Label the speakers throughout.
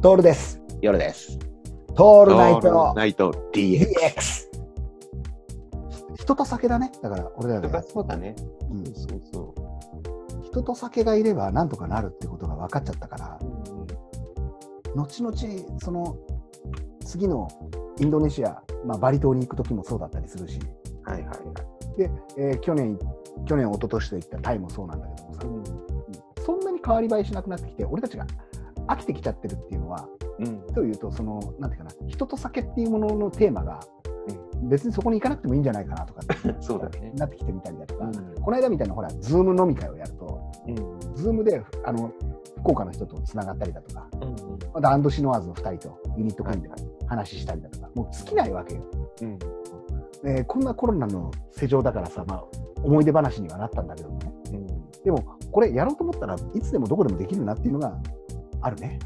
Speaker 1: トールです。
Speaker 2: 夜です。
Speaker 1: ト
Speaker 2: オ
Speaker 1: ールナイト
Speaker 2: ナイト DX。
Speaker 1: DX。人と酒だね。だから、俺ら
Speaker 2: と
Speaker 1: が
Speaker 2: か、そうだね。
Speaker 1: うん
Speaker 2: そうそ
Speaker 1: 人と酒がいればなんとかなるってことが分かっちゃったから
Speaker 2: う、ん
Speaker 1: 後々、その、次のインドネシア、まあ、バリ島に行く時もそうだったりするし、
Speaker 2: うん。はいはいはい。
Speaker 1: で、えー去年、去年、一昨年といったタイもそうなんだけどもさ、そんなに変わり映えしなくなってきて、俺たちが飽きてきちゃってるっていうのは、
Speaker 2: うん。
Speaker 1: というと、その、なんていうかな、人と酒っていうもののテーマが、別にそこに行かなくてもいいんじゃないかなとかって
Speaker 2: そうだね。
Speaker 1: なってきてみたりだとか、
Speaker 2: う
Speaker 1: この間みたいなほら、ズーム飲み会をやると、
Speaker 2: ん。
Speaker 1: ズームであの福岡の人とつながったりだとか、
Speaker 2: うん。
Speaker 1: またアンドシノワーズの2人とユニット組んで話したりだとか、もう尽きないわけよ。
Speaker 2: うん。
Speaker 1: えーこんなコロナの世情だからさ、まあ、思い出話にはなったんだけどもね、
Speaker 2: うん。
Speaker 1: でも、これやろうと思ったらいつでもどこでもできるなっていうのがあるね。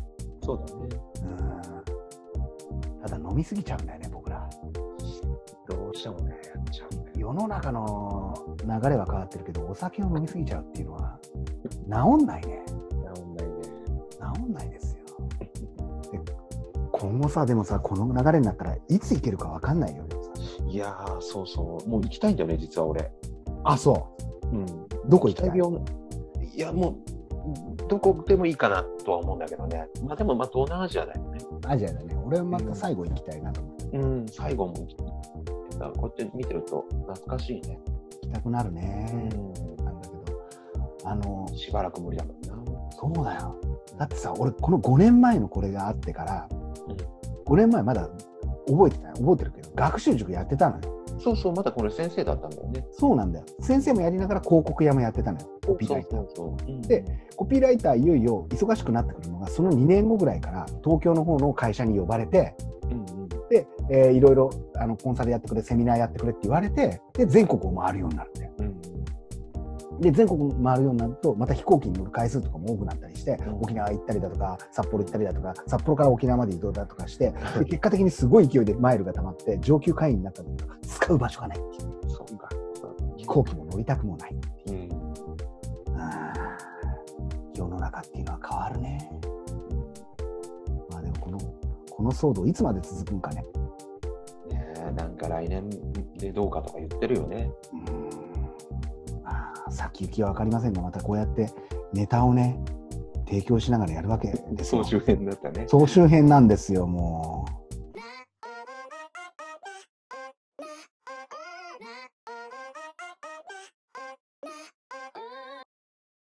Speaker 2: そうだね。
Speaker 1: うんただ飲みすぎちゃうんだよね、僕ら。
Speaker 2: どうしてもね、やっちゃうんだよ。
Speaker 1: 世の中の流れは変わってるけど、お酒を飲みすぎちゃうっていうのは、治んないね。
Speaker 2: 治んないね。
Speaker 1: 治んないですよ。で今後さ、でもさ、この流れになったらいつ行けるか分かんないよ。
Speaker 2: いやー、そうそう。もう行きたいんだよね、実は俺。
Speaker 1: あ、そ
Speaker 2: うん。
Speaker 1: う。どこ行きたい
Speaker 2: 大病いや、もう、どこでもいいかなとは思うんだけどね。まあでも、まあ東南アジアだよね。
Speaker 1: アジアだね。俺はまた最後行きたいなと思って。
Speaker 2: うん。最後も行きたいこうやって見てると懐かしいね。
Speaker 1: 行きたくなるね。なんだけど、あの、
Speaker 2: しばらく無理だもんな。
Speaker 1: そうだよ。だってさ、俺、この5年前のこれがあってから
Speaker 2: うん、
Speaker 1: 5年前まだ覚えてない。覚えてるけど、学習塾やってたのよ。
Speaker 2: そうそう、まだこれ先生だったんだよね。
Speaker 1: そうなんだよ。先生もやりながら広告屋もやってたのよ。コピーライター。
Speaker 2: そうそうそう。
Speaker 1: で、コピーライターいよいよ忙しくなってくるのが、その2年後ぐらいから東京の方の会社に呼ばれて、
Speaker 2: うんうん。
Speaker 1: で、えーいろいろあのコンサルやってくれ、セミナーやってくれって言われて、で、全国を回るようになるんだよ。
Speaker 2: うん
Speaker 1: で、全国を回るようになると、また飛行機に乗る回数とかも多くなったりして、
Speaker 2: うん
Speaker 1: 沖縄行ったりだとか、札幌行ったりだとか、札幌から沖縄まで移動だとかして、で結果的にすごい勢いでマイルが溜まって、上級会員になったんだけど、使う場所がないっていう。
Speaker 2: うん。そうか。
Speaker 1: 飛行機も乗りたくもない。
Speaker 2: うん。
Speaker 1: あー世の中っていうのは変わるね。まあでもこの、この騒動いつまで続くんかね。
Speaker 2: ねえ、なんか来年でどうかとか言ってるよね。
Speaker 1: うーんまあ、先行きは分かりませんが、またこうやってネタをね、提供しながらやるわけですよ。
Speaker 2: 周辺だったね。
Speaker 1: 総集編なんですよ、もう。